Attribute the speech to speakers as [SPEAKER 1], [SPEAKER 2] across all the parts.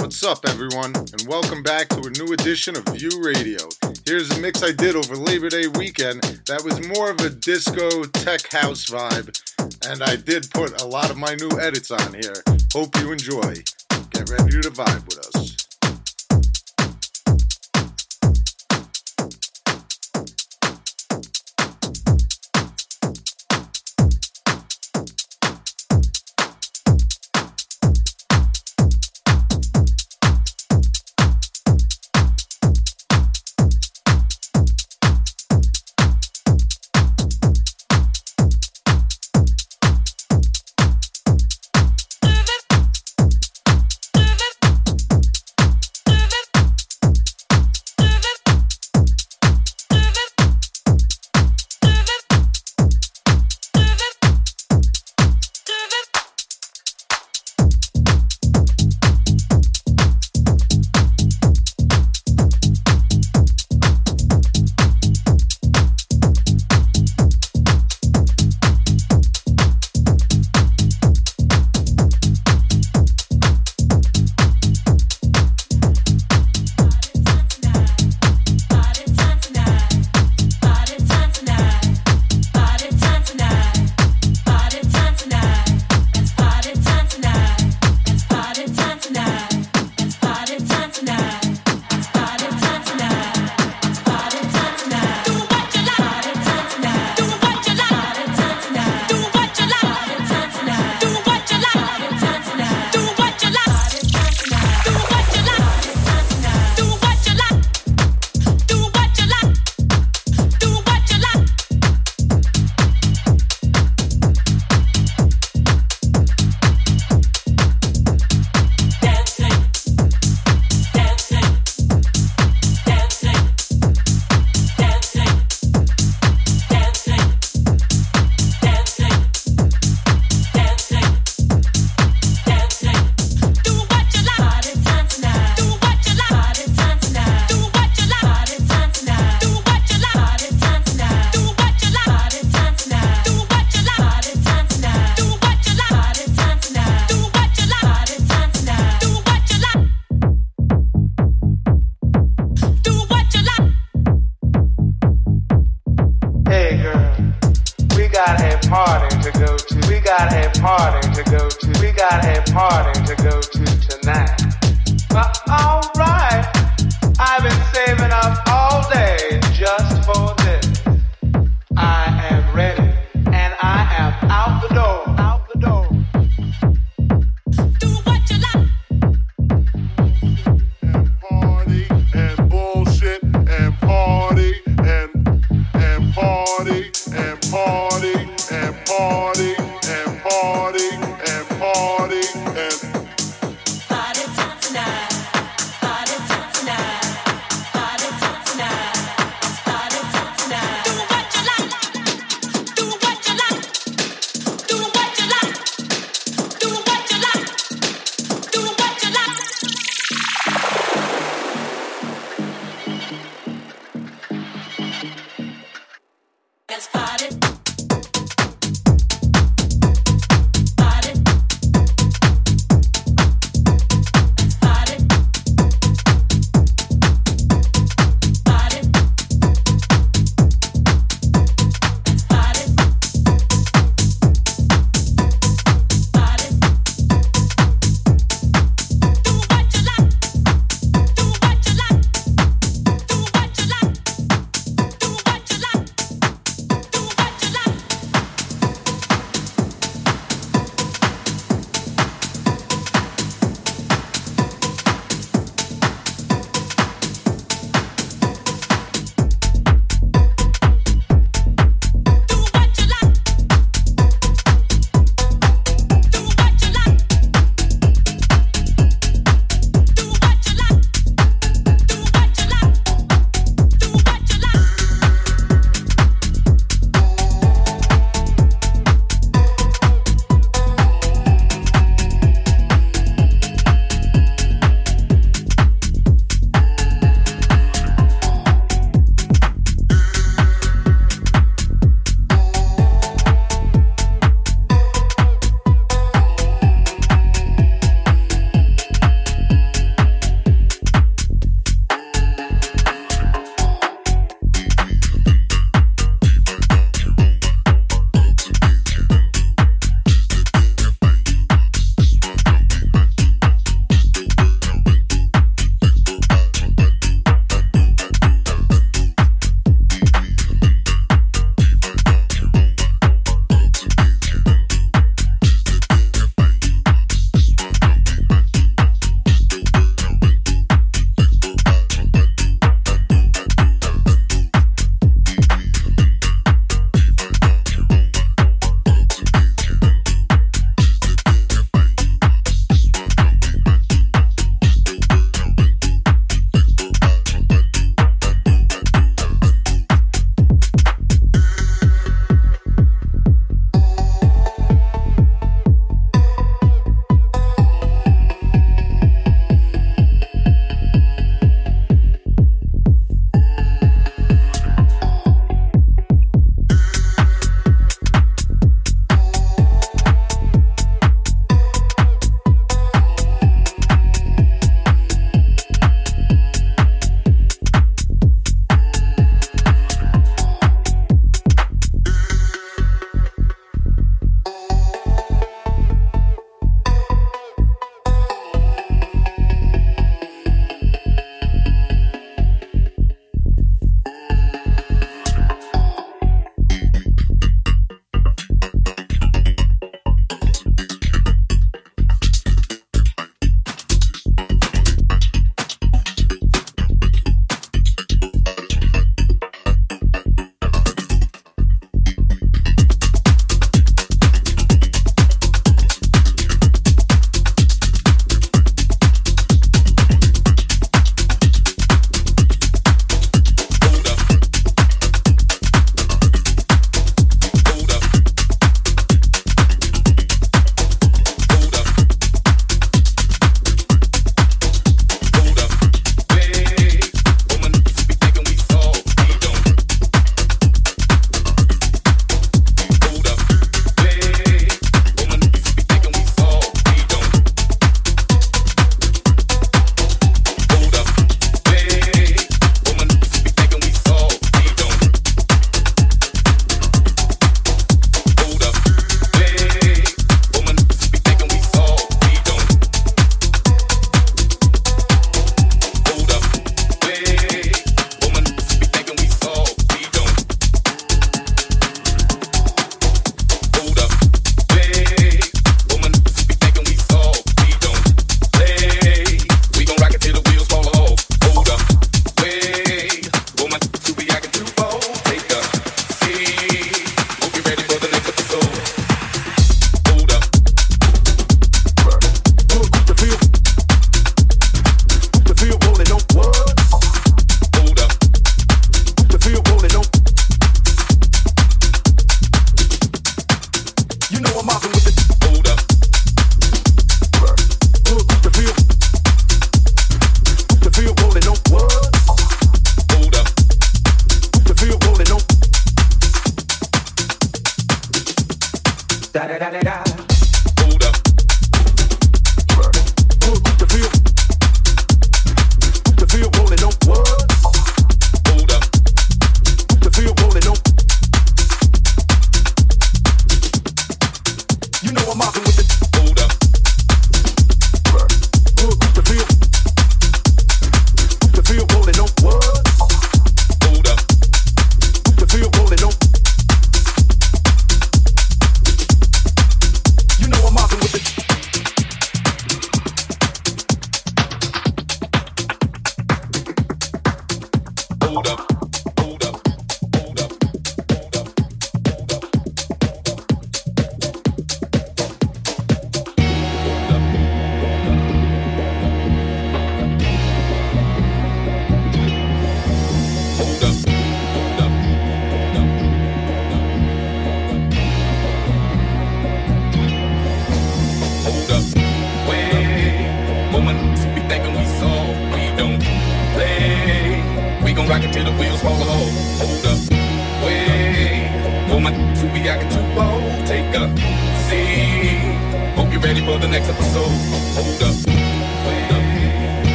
[SPEAKER 1] What's up, everyone, and welcome back to a new edition of View Radio. Here's a mix I did over Labor Day weekend that was more of a disco tech house vibe, and I did put a lot of my new edits on here. Hope you enjoy. Get ready to vibe with us.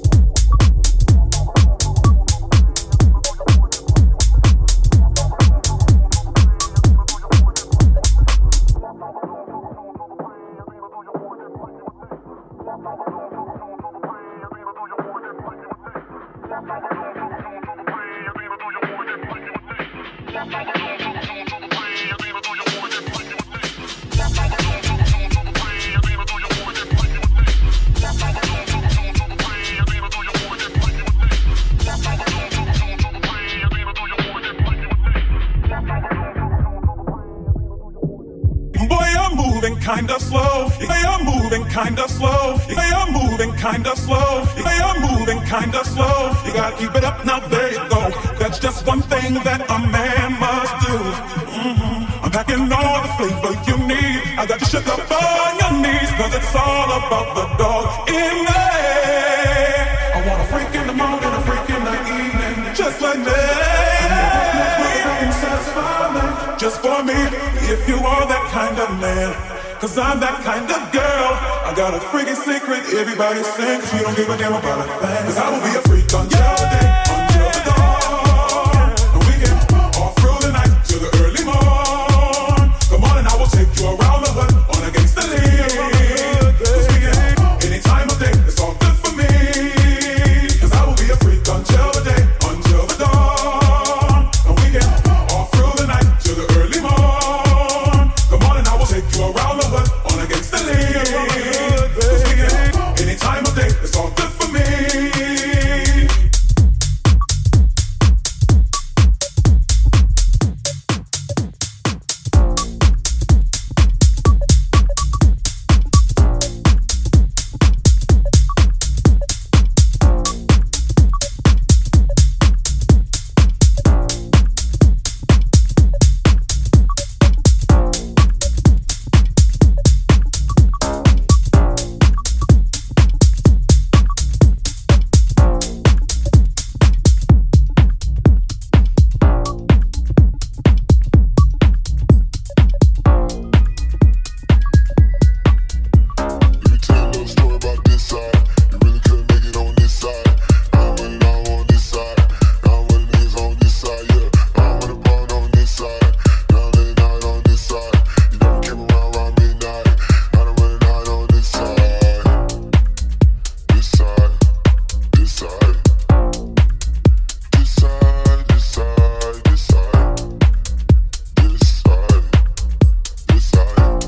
[SPEAKER 2] Mm-hmm. Mm-hmm.
[SPEAKER 3] just for for me if you are that kind of man. Cause I'm that kind of girl. I got a freaking secret everybody sings. You don't give a damn about a thing. Cause I will be a freak on your day, until the dawn. And we can all through the night till the early morn. Come on and I will take you around the hood on against the lead. Cause we can, any time of day, it's all good for me. Cause I will be a freak until the day, until the dawn. And we can all through the night till the early morn. Come on and I will take you around the hood on against the lead. Cause we can, any time of day, it's all good for me.
[SPEAKER 4] Let me tell you a story about this side. You really couldn't make it on this side. I'm a now on this side. Now what it is on this side, yeah. I'm with a bond on this side. Now they not on this side. You never came around around midnight. I don't really not on this side. This side, this side. This side, this side, this side. This side, this side. This side, this side.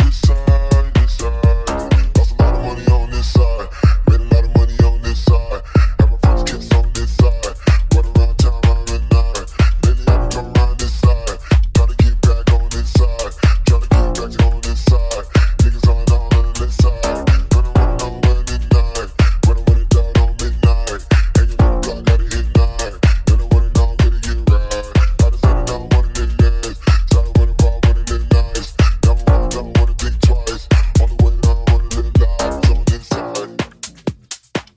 [SPEAKER 4] Lost a lot of money on this side. Made a lot of money on this side. Had my first kiss on this side. Run around town, I'm in nine. Lately I've been coming around this side. Try to get back on this side. Try to get back to on this side. Niggas on all on this side. Run around, I'm running nine. Running with it down on midnight. And you know the block gotta hit nine. You know what it all gonna get right. I just had another one of them days. Started with a ball, one of them nights. Never wanna, never wanna think twice. On the way down, wanna live life. It's on this side.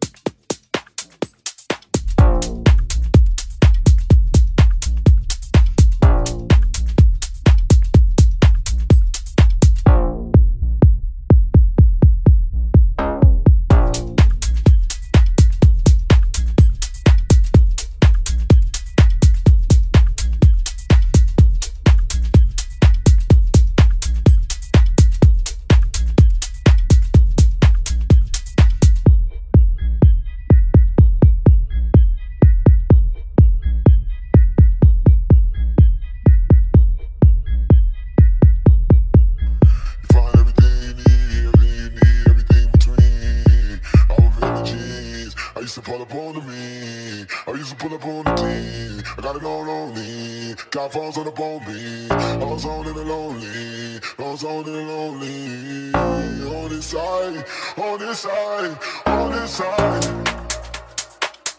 [SPEAKER 4] Find everything you need, everything you need, everything between. All of energies. I used to pull up on the me. I used to pull up on the team. I got it all on me. God falls on the bone me. I was on in the lonely. I was on in the lonely. On this side, on this side, on this side.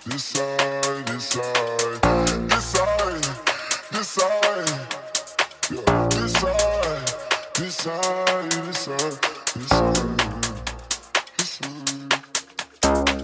[SPEAKER 4] This side, this side, this side, this side. Yeah, this side, this side, this side, this side, this side.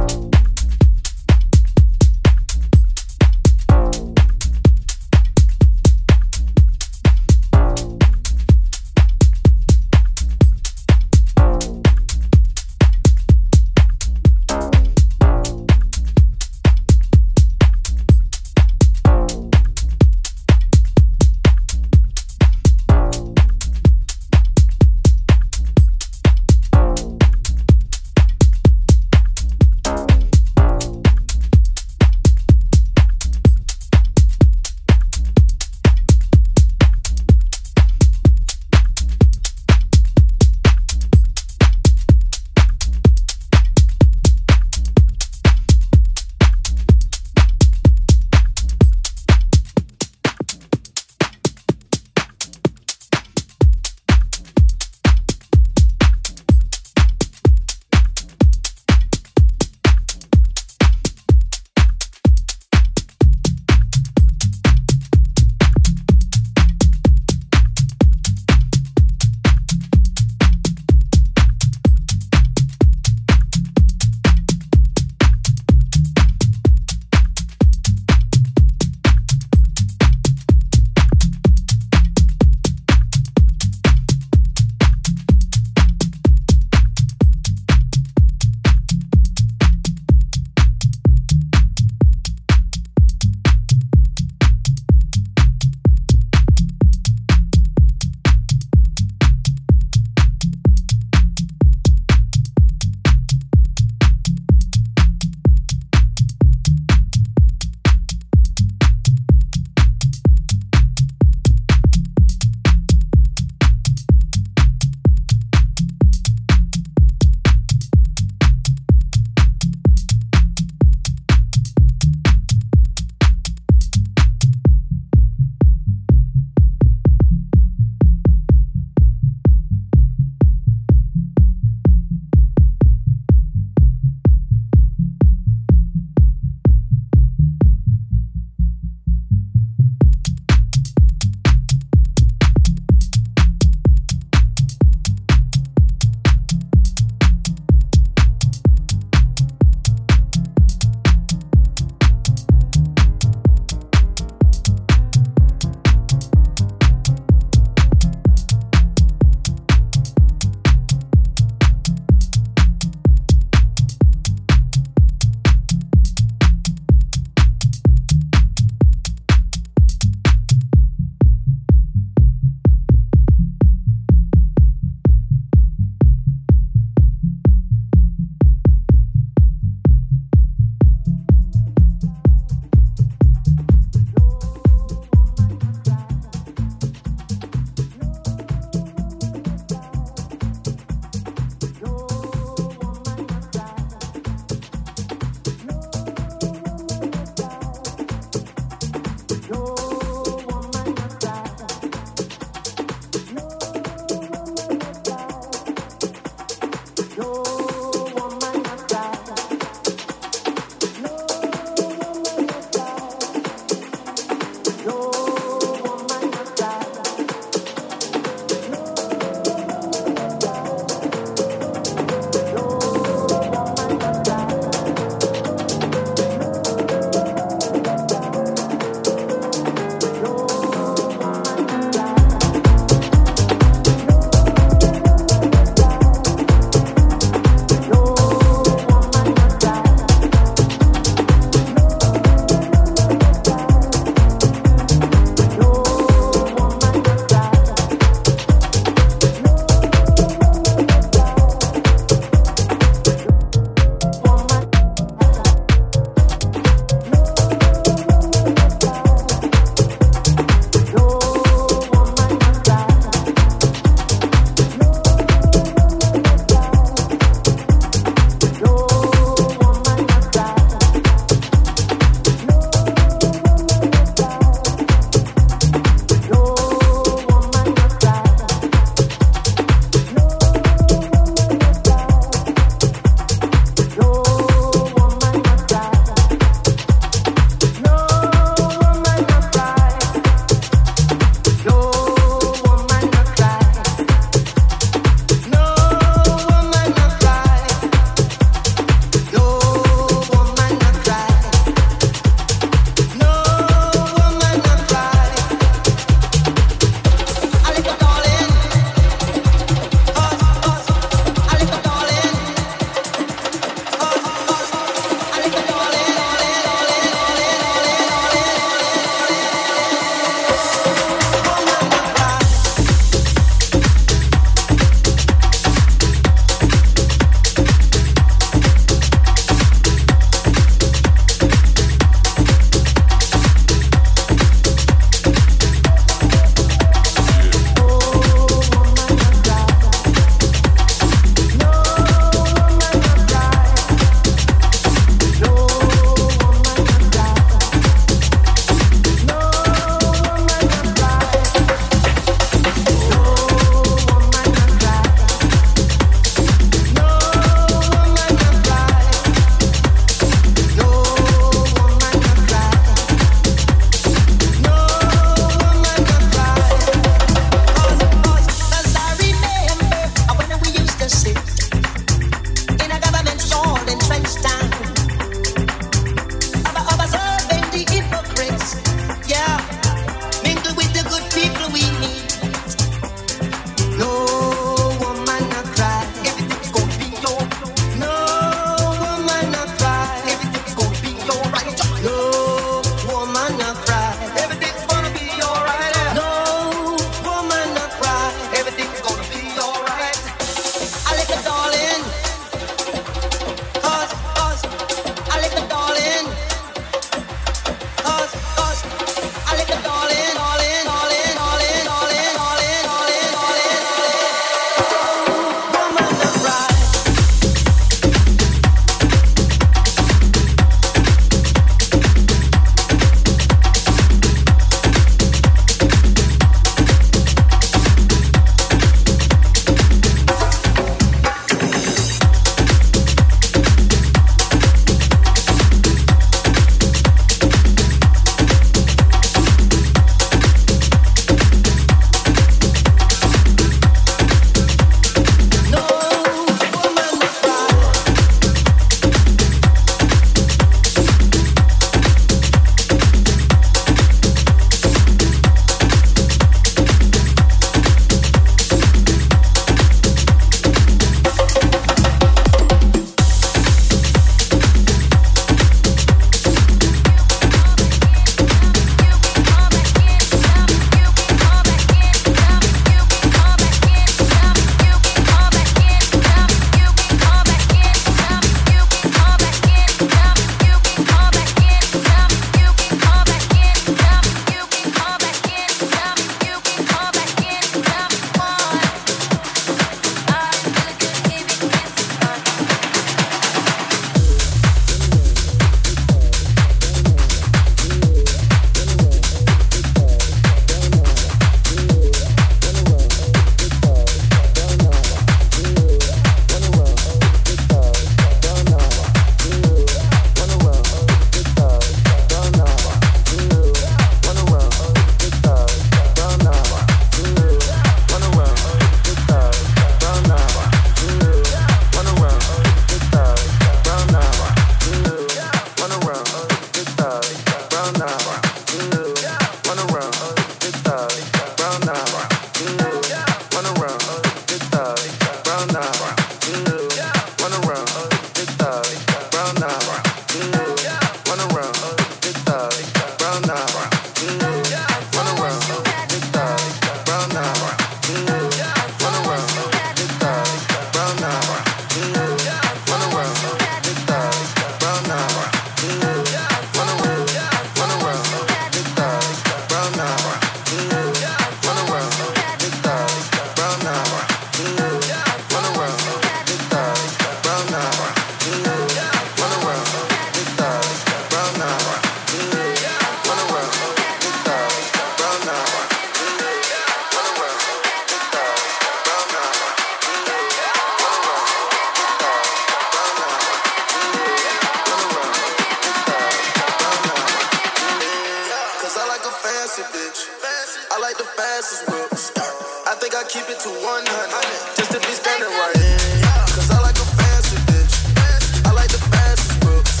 [SPEAKER 2] I keep it to 100. Just to be standing right in. Cause I like a fancy bitch. I like the fastest brooks.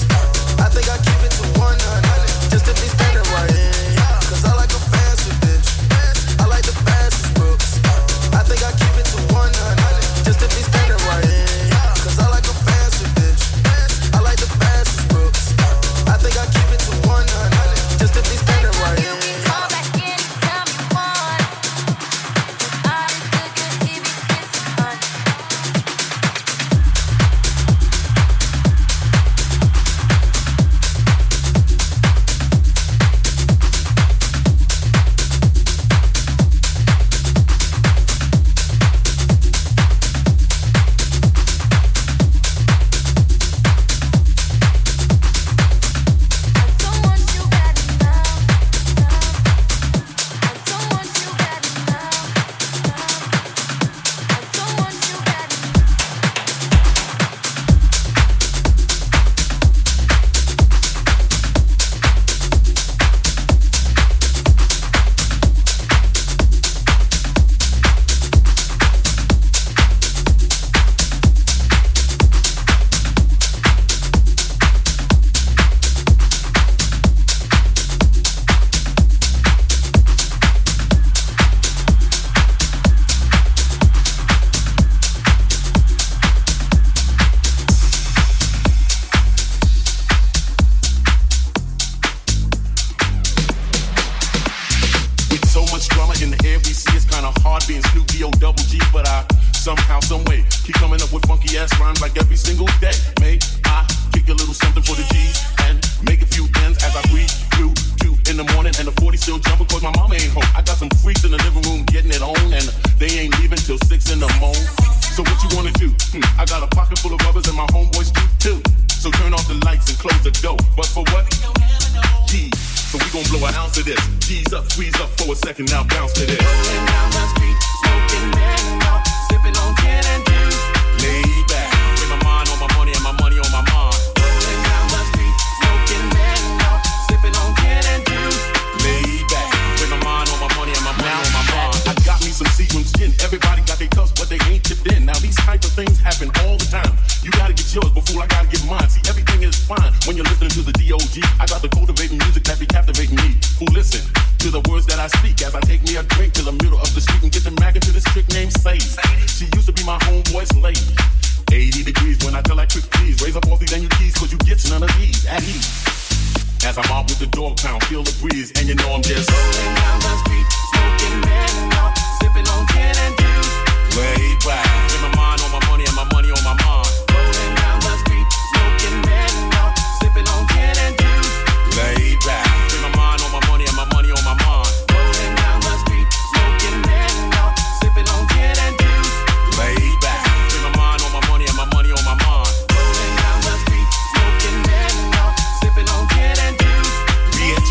[SPEAKER 2] I think I keep it to 100. Just to be standing right in. Cause I like a fancy bitch. I like the fastest brooks. I think I keep it to 100. Just to be standing right in. Cause I like a fancy bitch. I like the fastest brooks. I think I keep it to 100. Just to be standing right in.
[SPEAKER 5] With so much drama in the air we see, it's kinda hard being Snoop D-O double G, but I somehow, some way, keep coming up with funky ass rhymes like every single day. May I kick a little something for the G's and make a few ends as I breathe through two in the morning and the 40 still jumping cause my mama ain't home. I got some freaks in the living room getting it on and they ain't leaving till six in the morning. So what you wanna do? Hmm, I got a pocket full of rubbers and my homeboys do too. So turn off the lights and close the door. But for what? G's. So we gon' blow an ounce of this. G's up, squeeze up for a second, now bounce to this. Laid back, with my mind on my money and my money on my mind. Laid back, with my mind on my money and my money on my mind. I got me some Seagram's gin. Everybody got their cups, but they ain't tipped in. Now these type of things happen all the time. You gotta get yours before I gotta get mine. See, everything is fine when you're listening to the D.O.G. I got the cultivating music that be captivating me. Who listen to the words that I speak as I take me a drink to the middle of the street and get the mag into this chick named Sadie. She used to be my homeboy's lady. 80 degrees when I tell that quick please. Raise up off these and you keys, cause you get none of these at ease. As I'm out with the dog pound, feel the breeze, and you know I'm just rolling down the street, smoking mango, sipping on gin and juice. Laid back, with my mind on my money and my money on my mind. Rolling down the street, smoking mango, sipping on gin and juice. Laid back, with my mind on my money and my money on my mind. Rolling down the street, smoking mango, sipping on gin and juice. Laid back, with my mind on my money and my money on my mind. Rolling down the street, smoking mango, sipping on gin and juice. Bitch,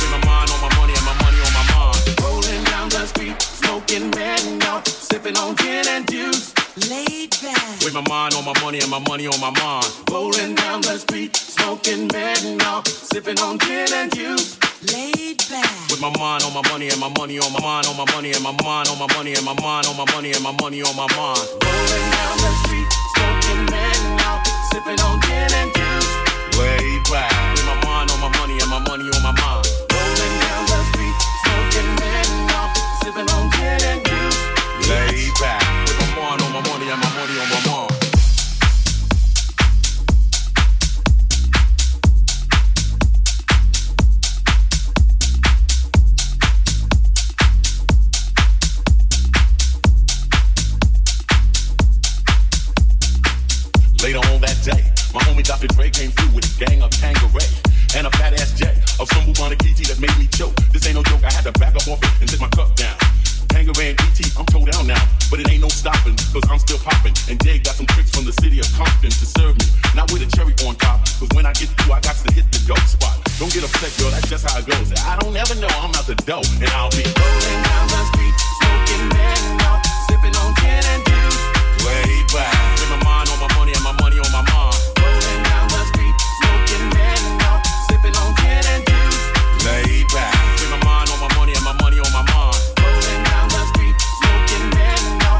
[SPEAKER 5] with my mind on my money and my money on my mind. Rolling down the street, smoking mango, sipping on gin and juice.
[SPEAKER 6] Laid back.
[SPEAKER 5] With my mind on my money and my money on my mind.
[SPEAKER 2] Rolling down the street, smoking Menno, sipping on gin and juice.
[SPEAKER 6] Laid back.
[SPEAKER 5] With my mind on my money and my money on my mind on my money and my mind on my money and my mind on my money and my money on my mind.
[SPEAKER 2] Rolling down the street, smoking Menno, sipping on gin and juice.
[SPEAKER 5] Way back. With my mind on my money and my money on my mind.
[SPEAKER 2] Rolling down the street, smoking Menno, sipping on gin and juice.
[SPEAKER 5] Lay back. With my mind on my money and my money on my mind. Later on that day, my homie Dr. Dre came through with a gang of tangeray and a fat ass jet of some Bumanakiti that made me choke. This ain't no joke, I had to back up off it and sit my cup down. Tangeray and ET, I'm toe down now, but it ain't no stopping, cause I'm still popping. And Jay got some tricks from the city of Compton to serve me, not with a cherry on top, cause when I get through, I got to hit the dope spot. Don't get upset, girl, that's just how it goes. I don't ever know, I'm out the dough, and I'll be
[SPEAKER 2] Rolling down the street, smoking Menno, sipping on gin and juice.
[SPEAKER 5] laid back. With my mind on my money and my money on my mind.
[SPEAKER 2] Rolling down the street, smoking Menno, sipping on gin and juice.
[SPEAKER 5] Laid back. With my mind on my money and my money on my mind.
[SPEAKER 2] Rolling down the street, smoking Menno,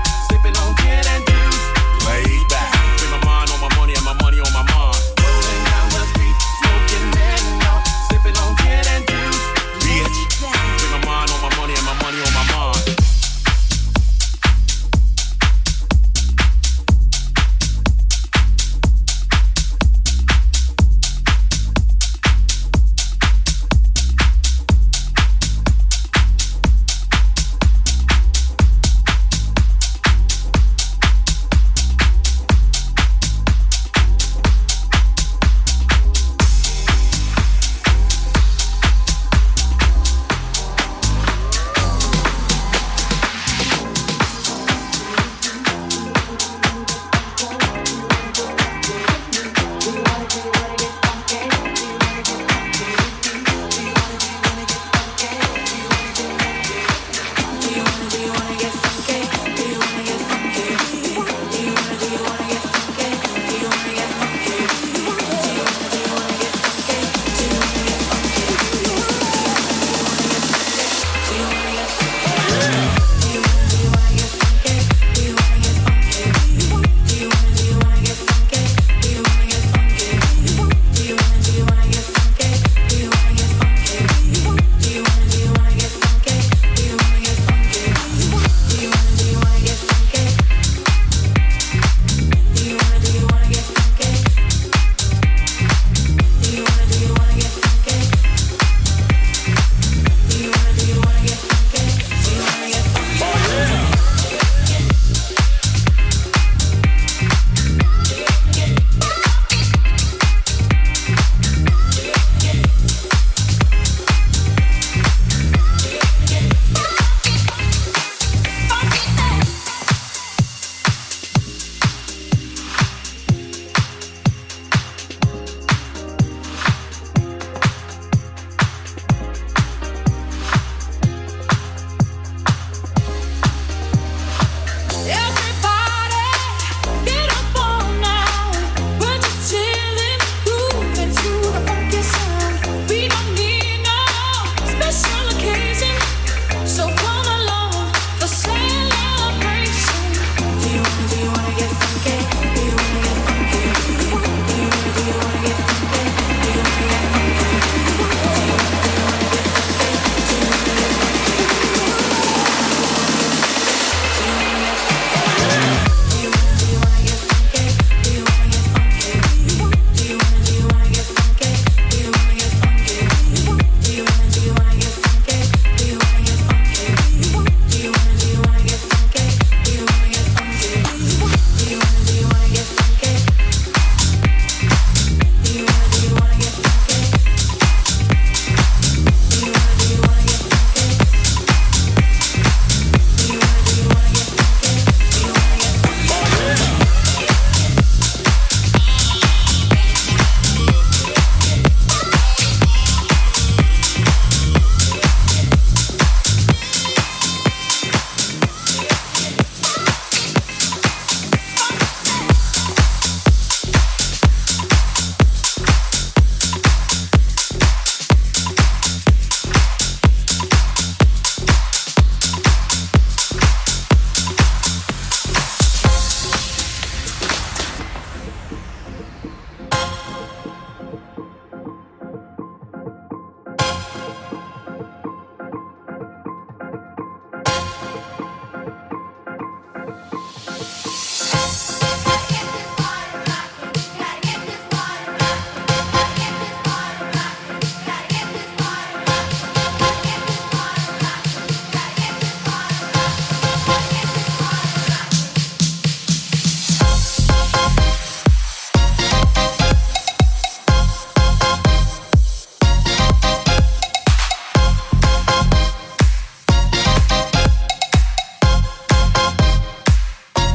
[SPEAKER 7] Gotta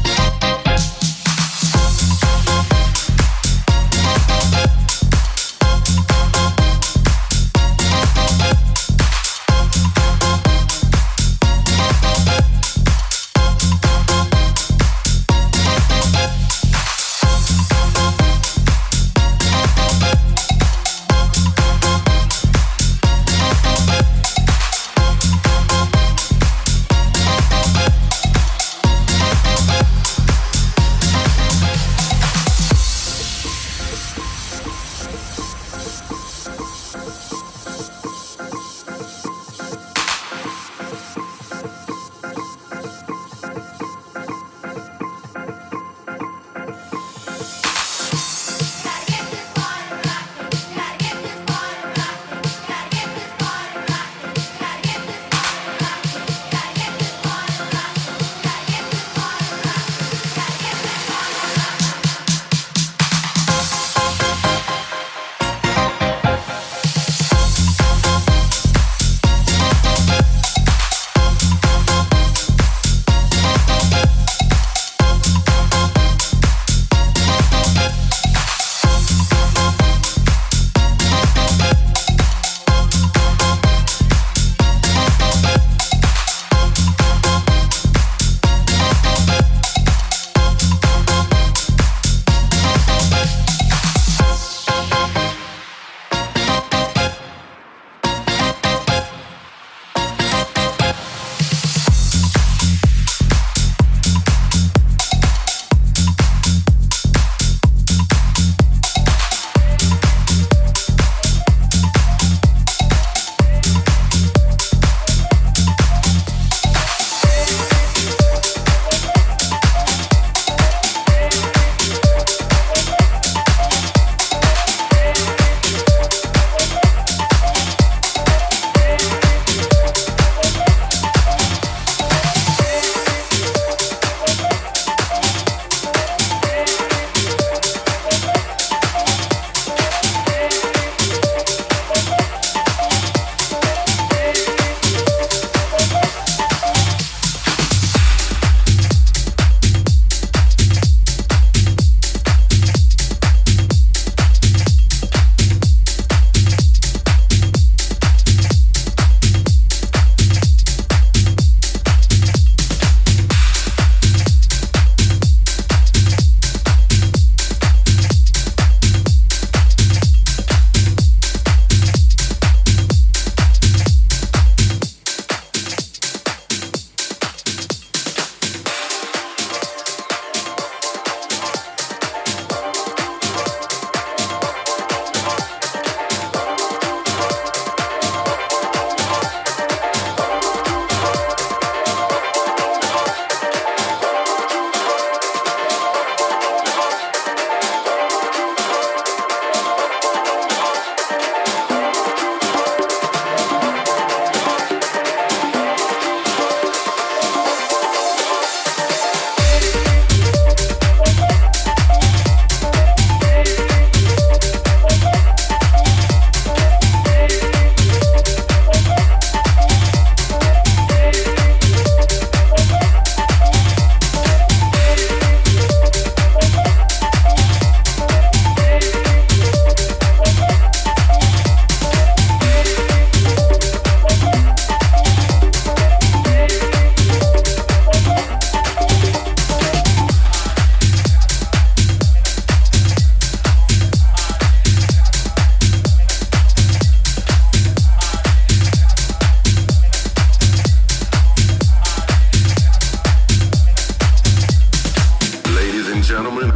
[SPEAKER 8] gentlemen,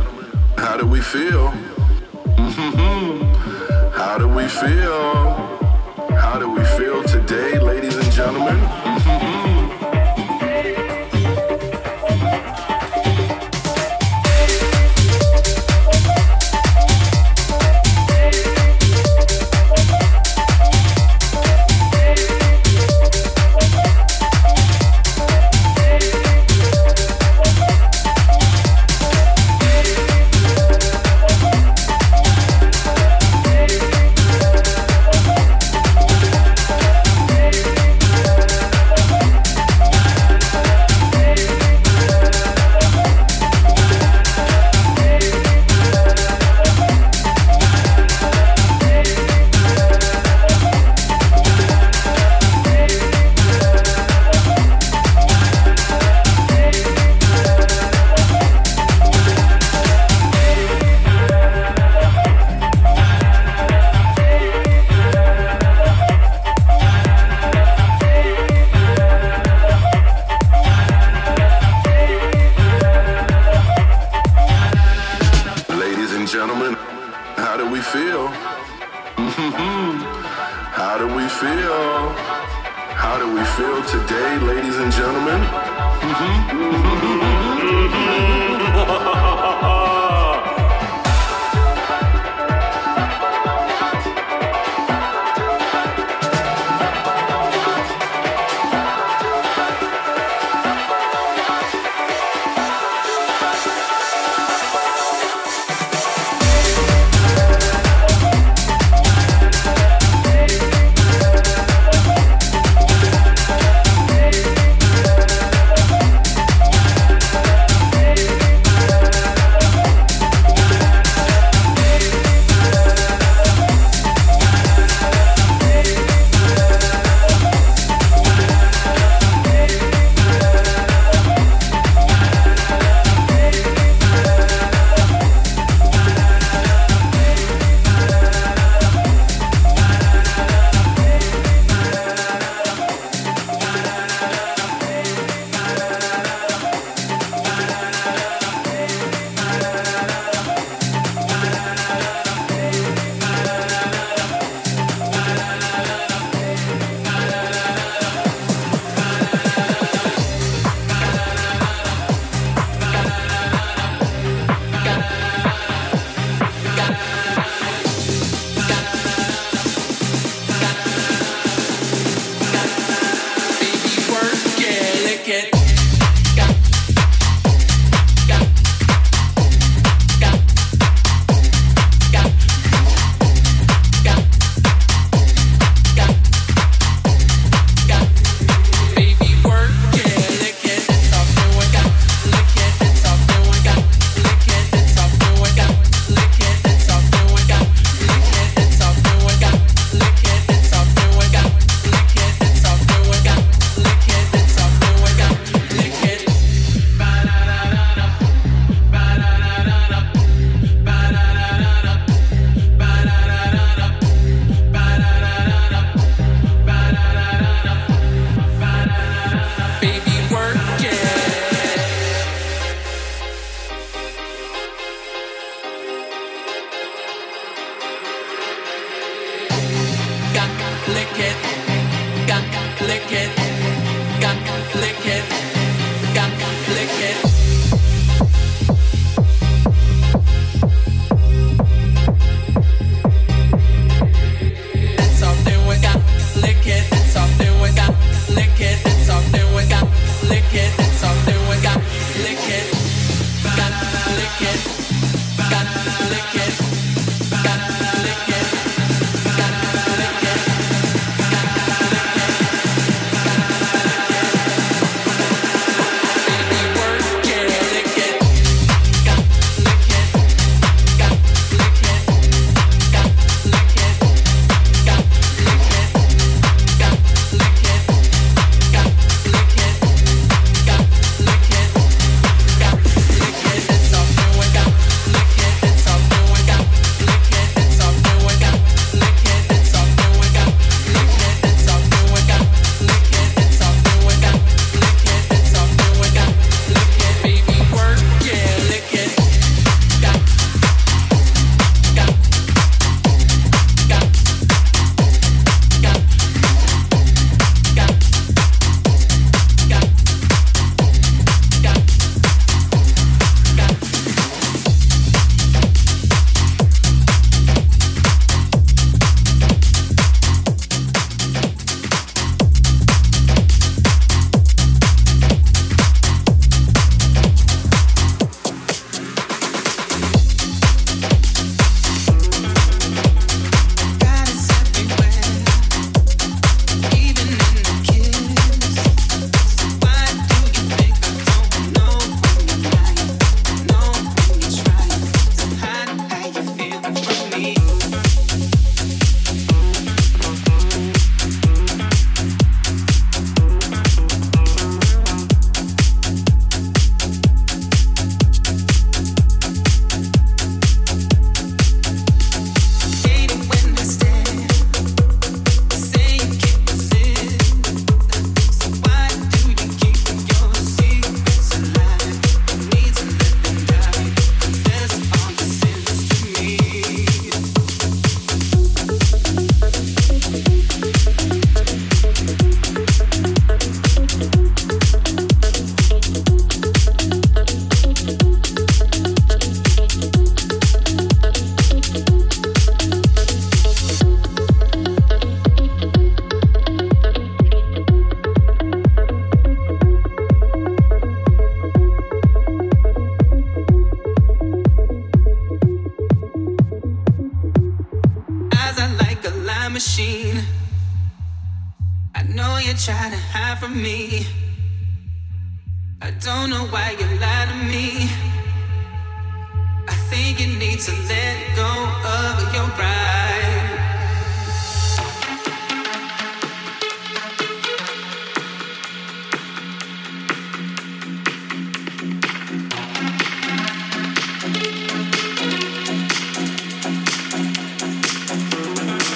[SPEAKER 8] how do we feel? how do we feel? How do we feel today, ladies and gentlemen? Ladies and gentlemen, how do we feel? how do we feel? How do we feel today, ladies and gentlemen?
[SPEAKER 6] Lick it, it's all new and got
[SPEAKER 9] machine. I know you're trying to hide from me. I don't know why you lie to me. I think you need to let go of your pride.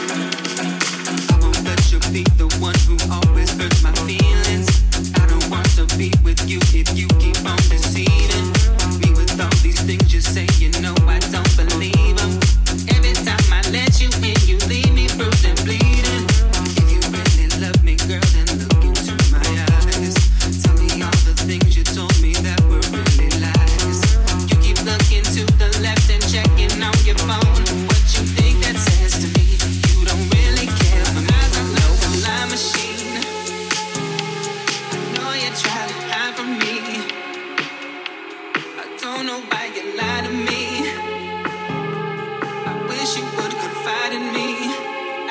[SPEAKER 9] I won't let you be the one who always hurts my feelings. I don't want to be with you if you keep on deceiving me with all these things you say. You know I don't believe 'em. Every time I let you in, you leave me bruised and bleeding. If you really love me, girl, then look into my eyes. Tell me all the things you told me that were really lies. You keep looking to the left and checking on your phone. What you think that says to me? You don't really care. My eyes are low, I'm lie machine. I know you try to hide from me. I don't know why you lie to me. I wish you would confide in me.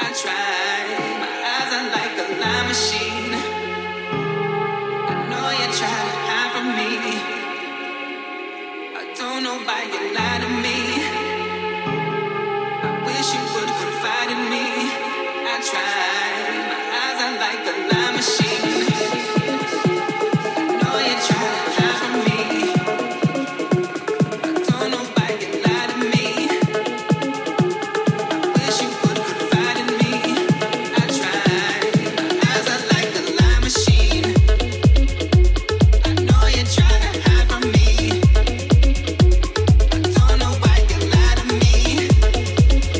[SPEAKER 9] I tried. My eyes are like a lie machine. I know you try to hide from me. I don't know why you lie to me. I wish you would confide in me. I tried. My eyes are like a lie machine. I know you try to hide from me. I don't know why you lie to me. I wish you would confide in me. I tried. My eyes are like a lie machine. I know you try to hide from me. I don't know why you lie to me. Wish you would confide in me.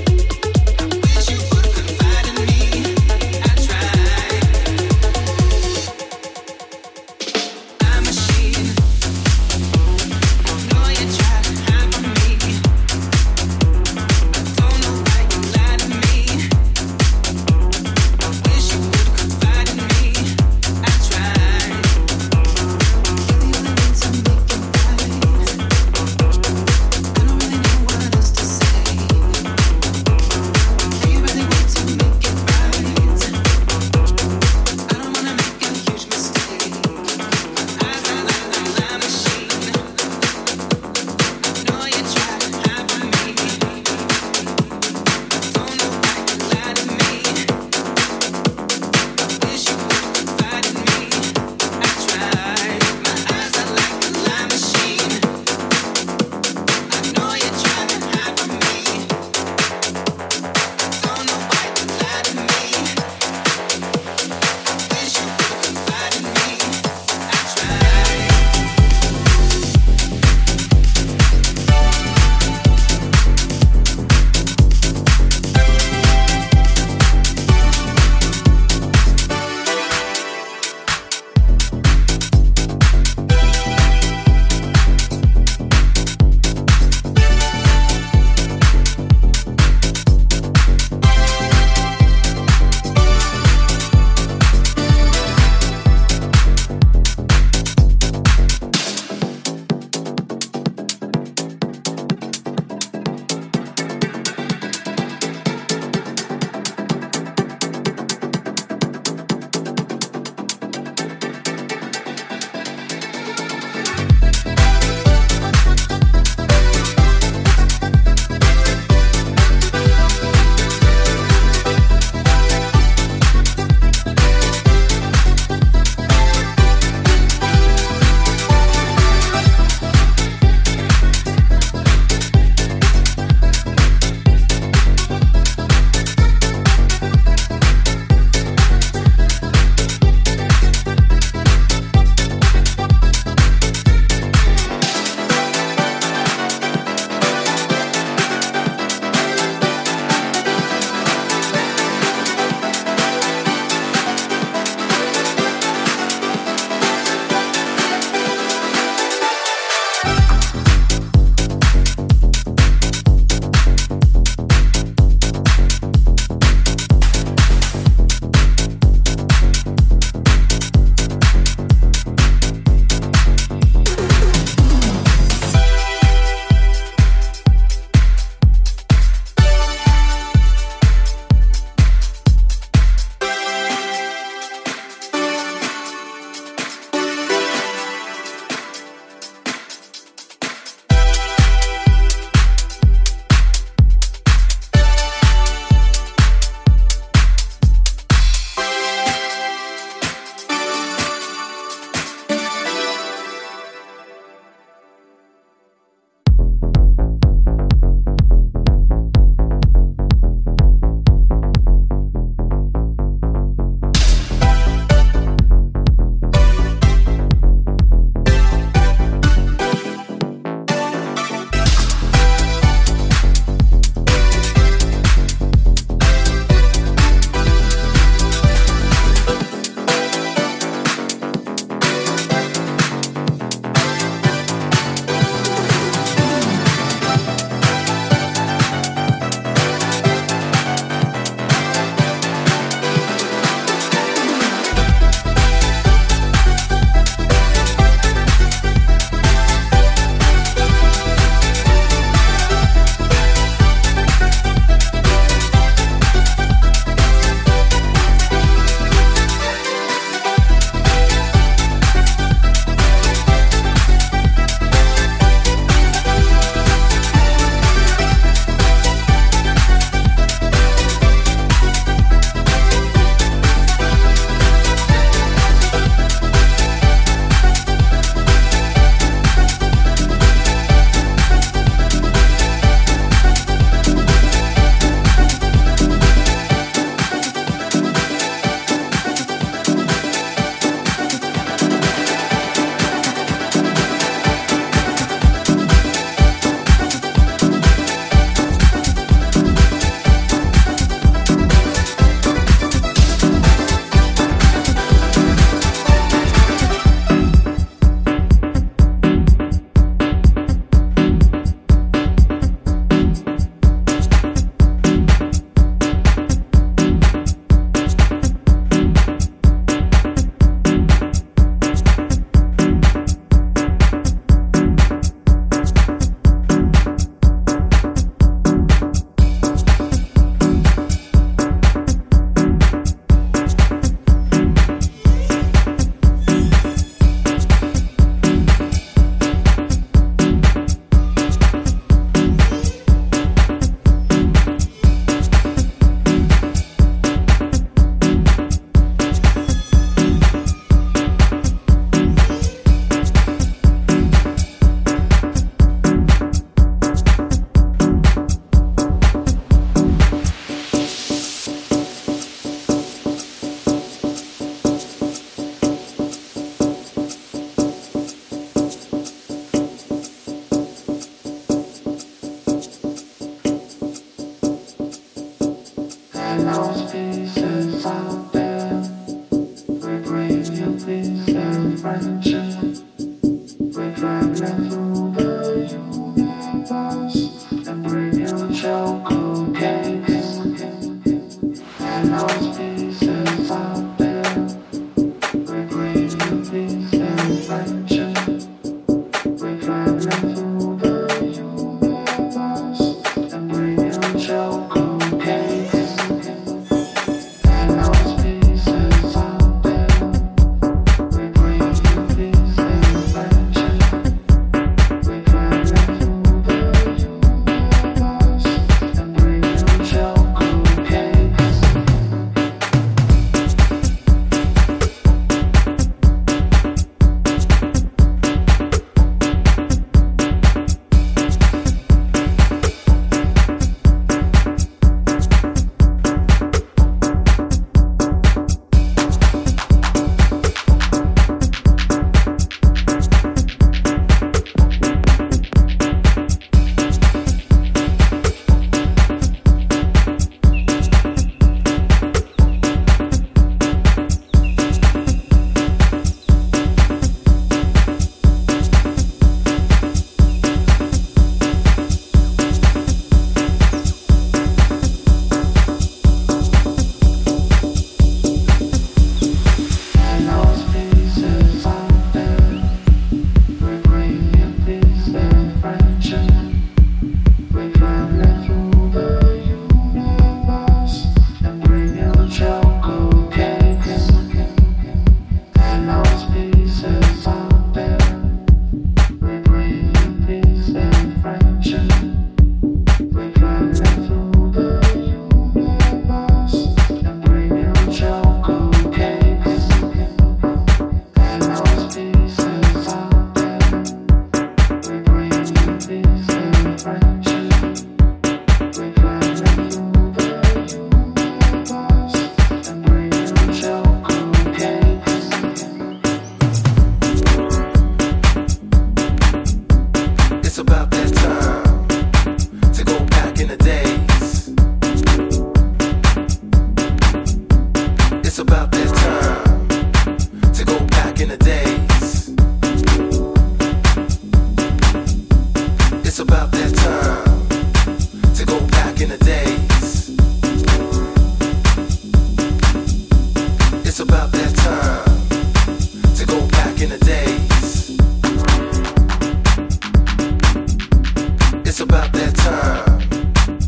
[SPEAKER 2] It's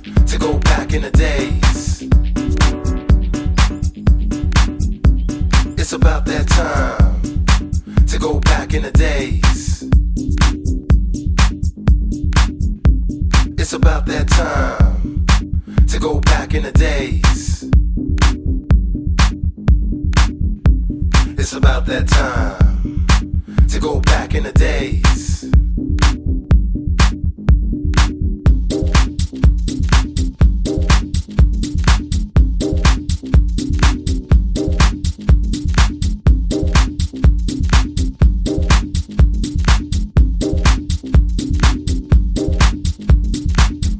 [SPEAKER 2] about that time to go back in the days. It's about that time to go back in the days. It's about that time to go back in the days. It's about that time to go back in the days. It's about that time to go back in the days. It's about that time to go back in the days. It's about that time to go back in the days. It's about that time to go back in the days.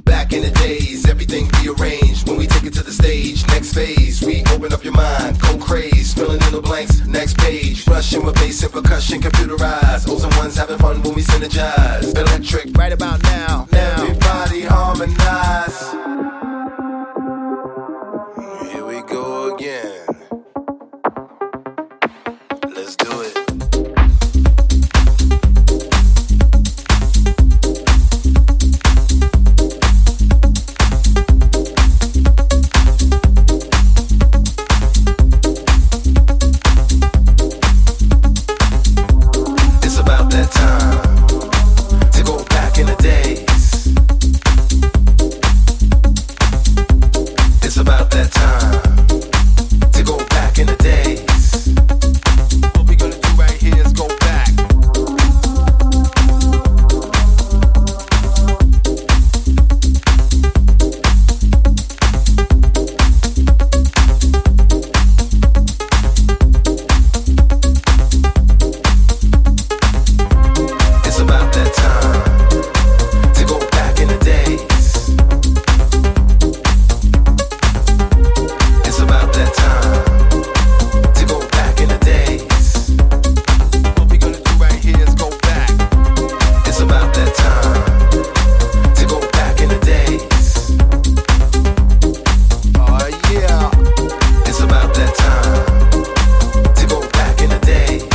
[SPEAKER 2] Back in the days, everything rearranged. When we take it to the stage, next phase, we open up your mind, go crazy, filling in the blanks. Next page, rushing with bass and percussion, computerized. O's and ones having fun when we synergize. Electric, right about now. Everybody harmonize. Here we go again. Let's do it. It's about that time to go back in the days. It's about that time to go back in the days. What we're gonna do right here is go back. It's about that time to go back in the days. Oh,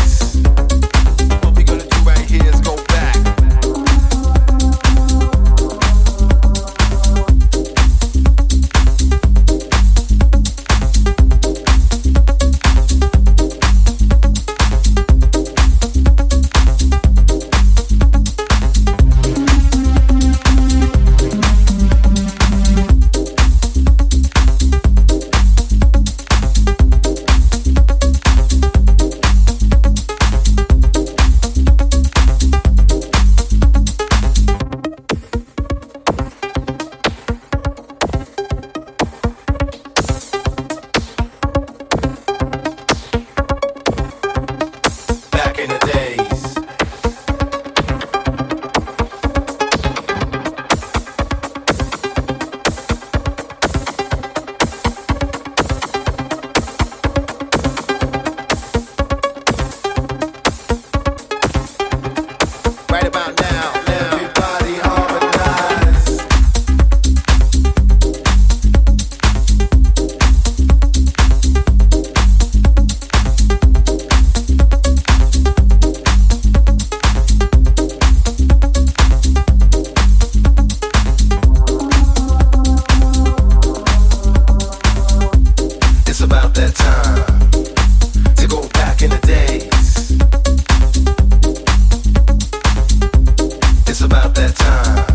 [SPEAKER 2] It's about that time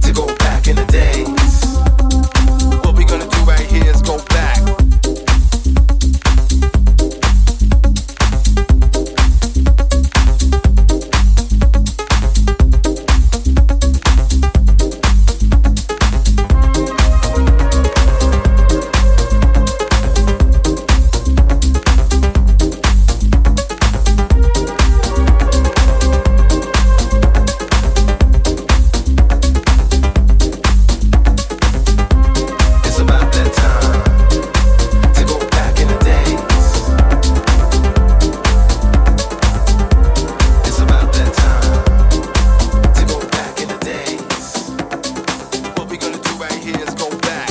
[SPEAKER 2] to go back in the days. What we're gonna do right here is go back. It's about that time to go back in the days. It's about that time to go back in the days. What we're gonna do right here is go back.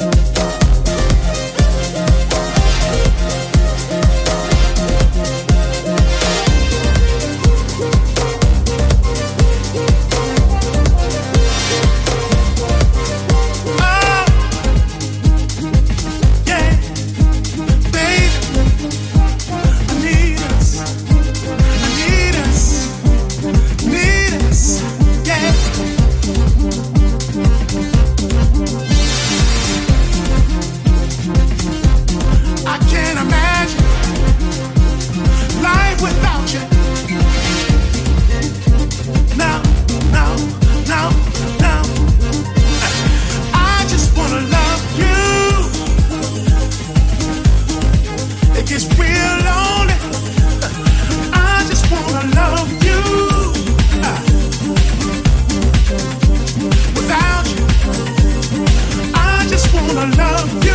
[SPEAKER 2] Oh, Oh. Oh,
[SPEAKER 10] wanna love you.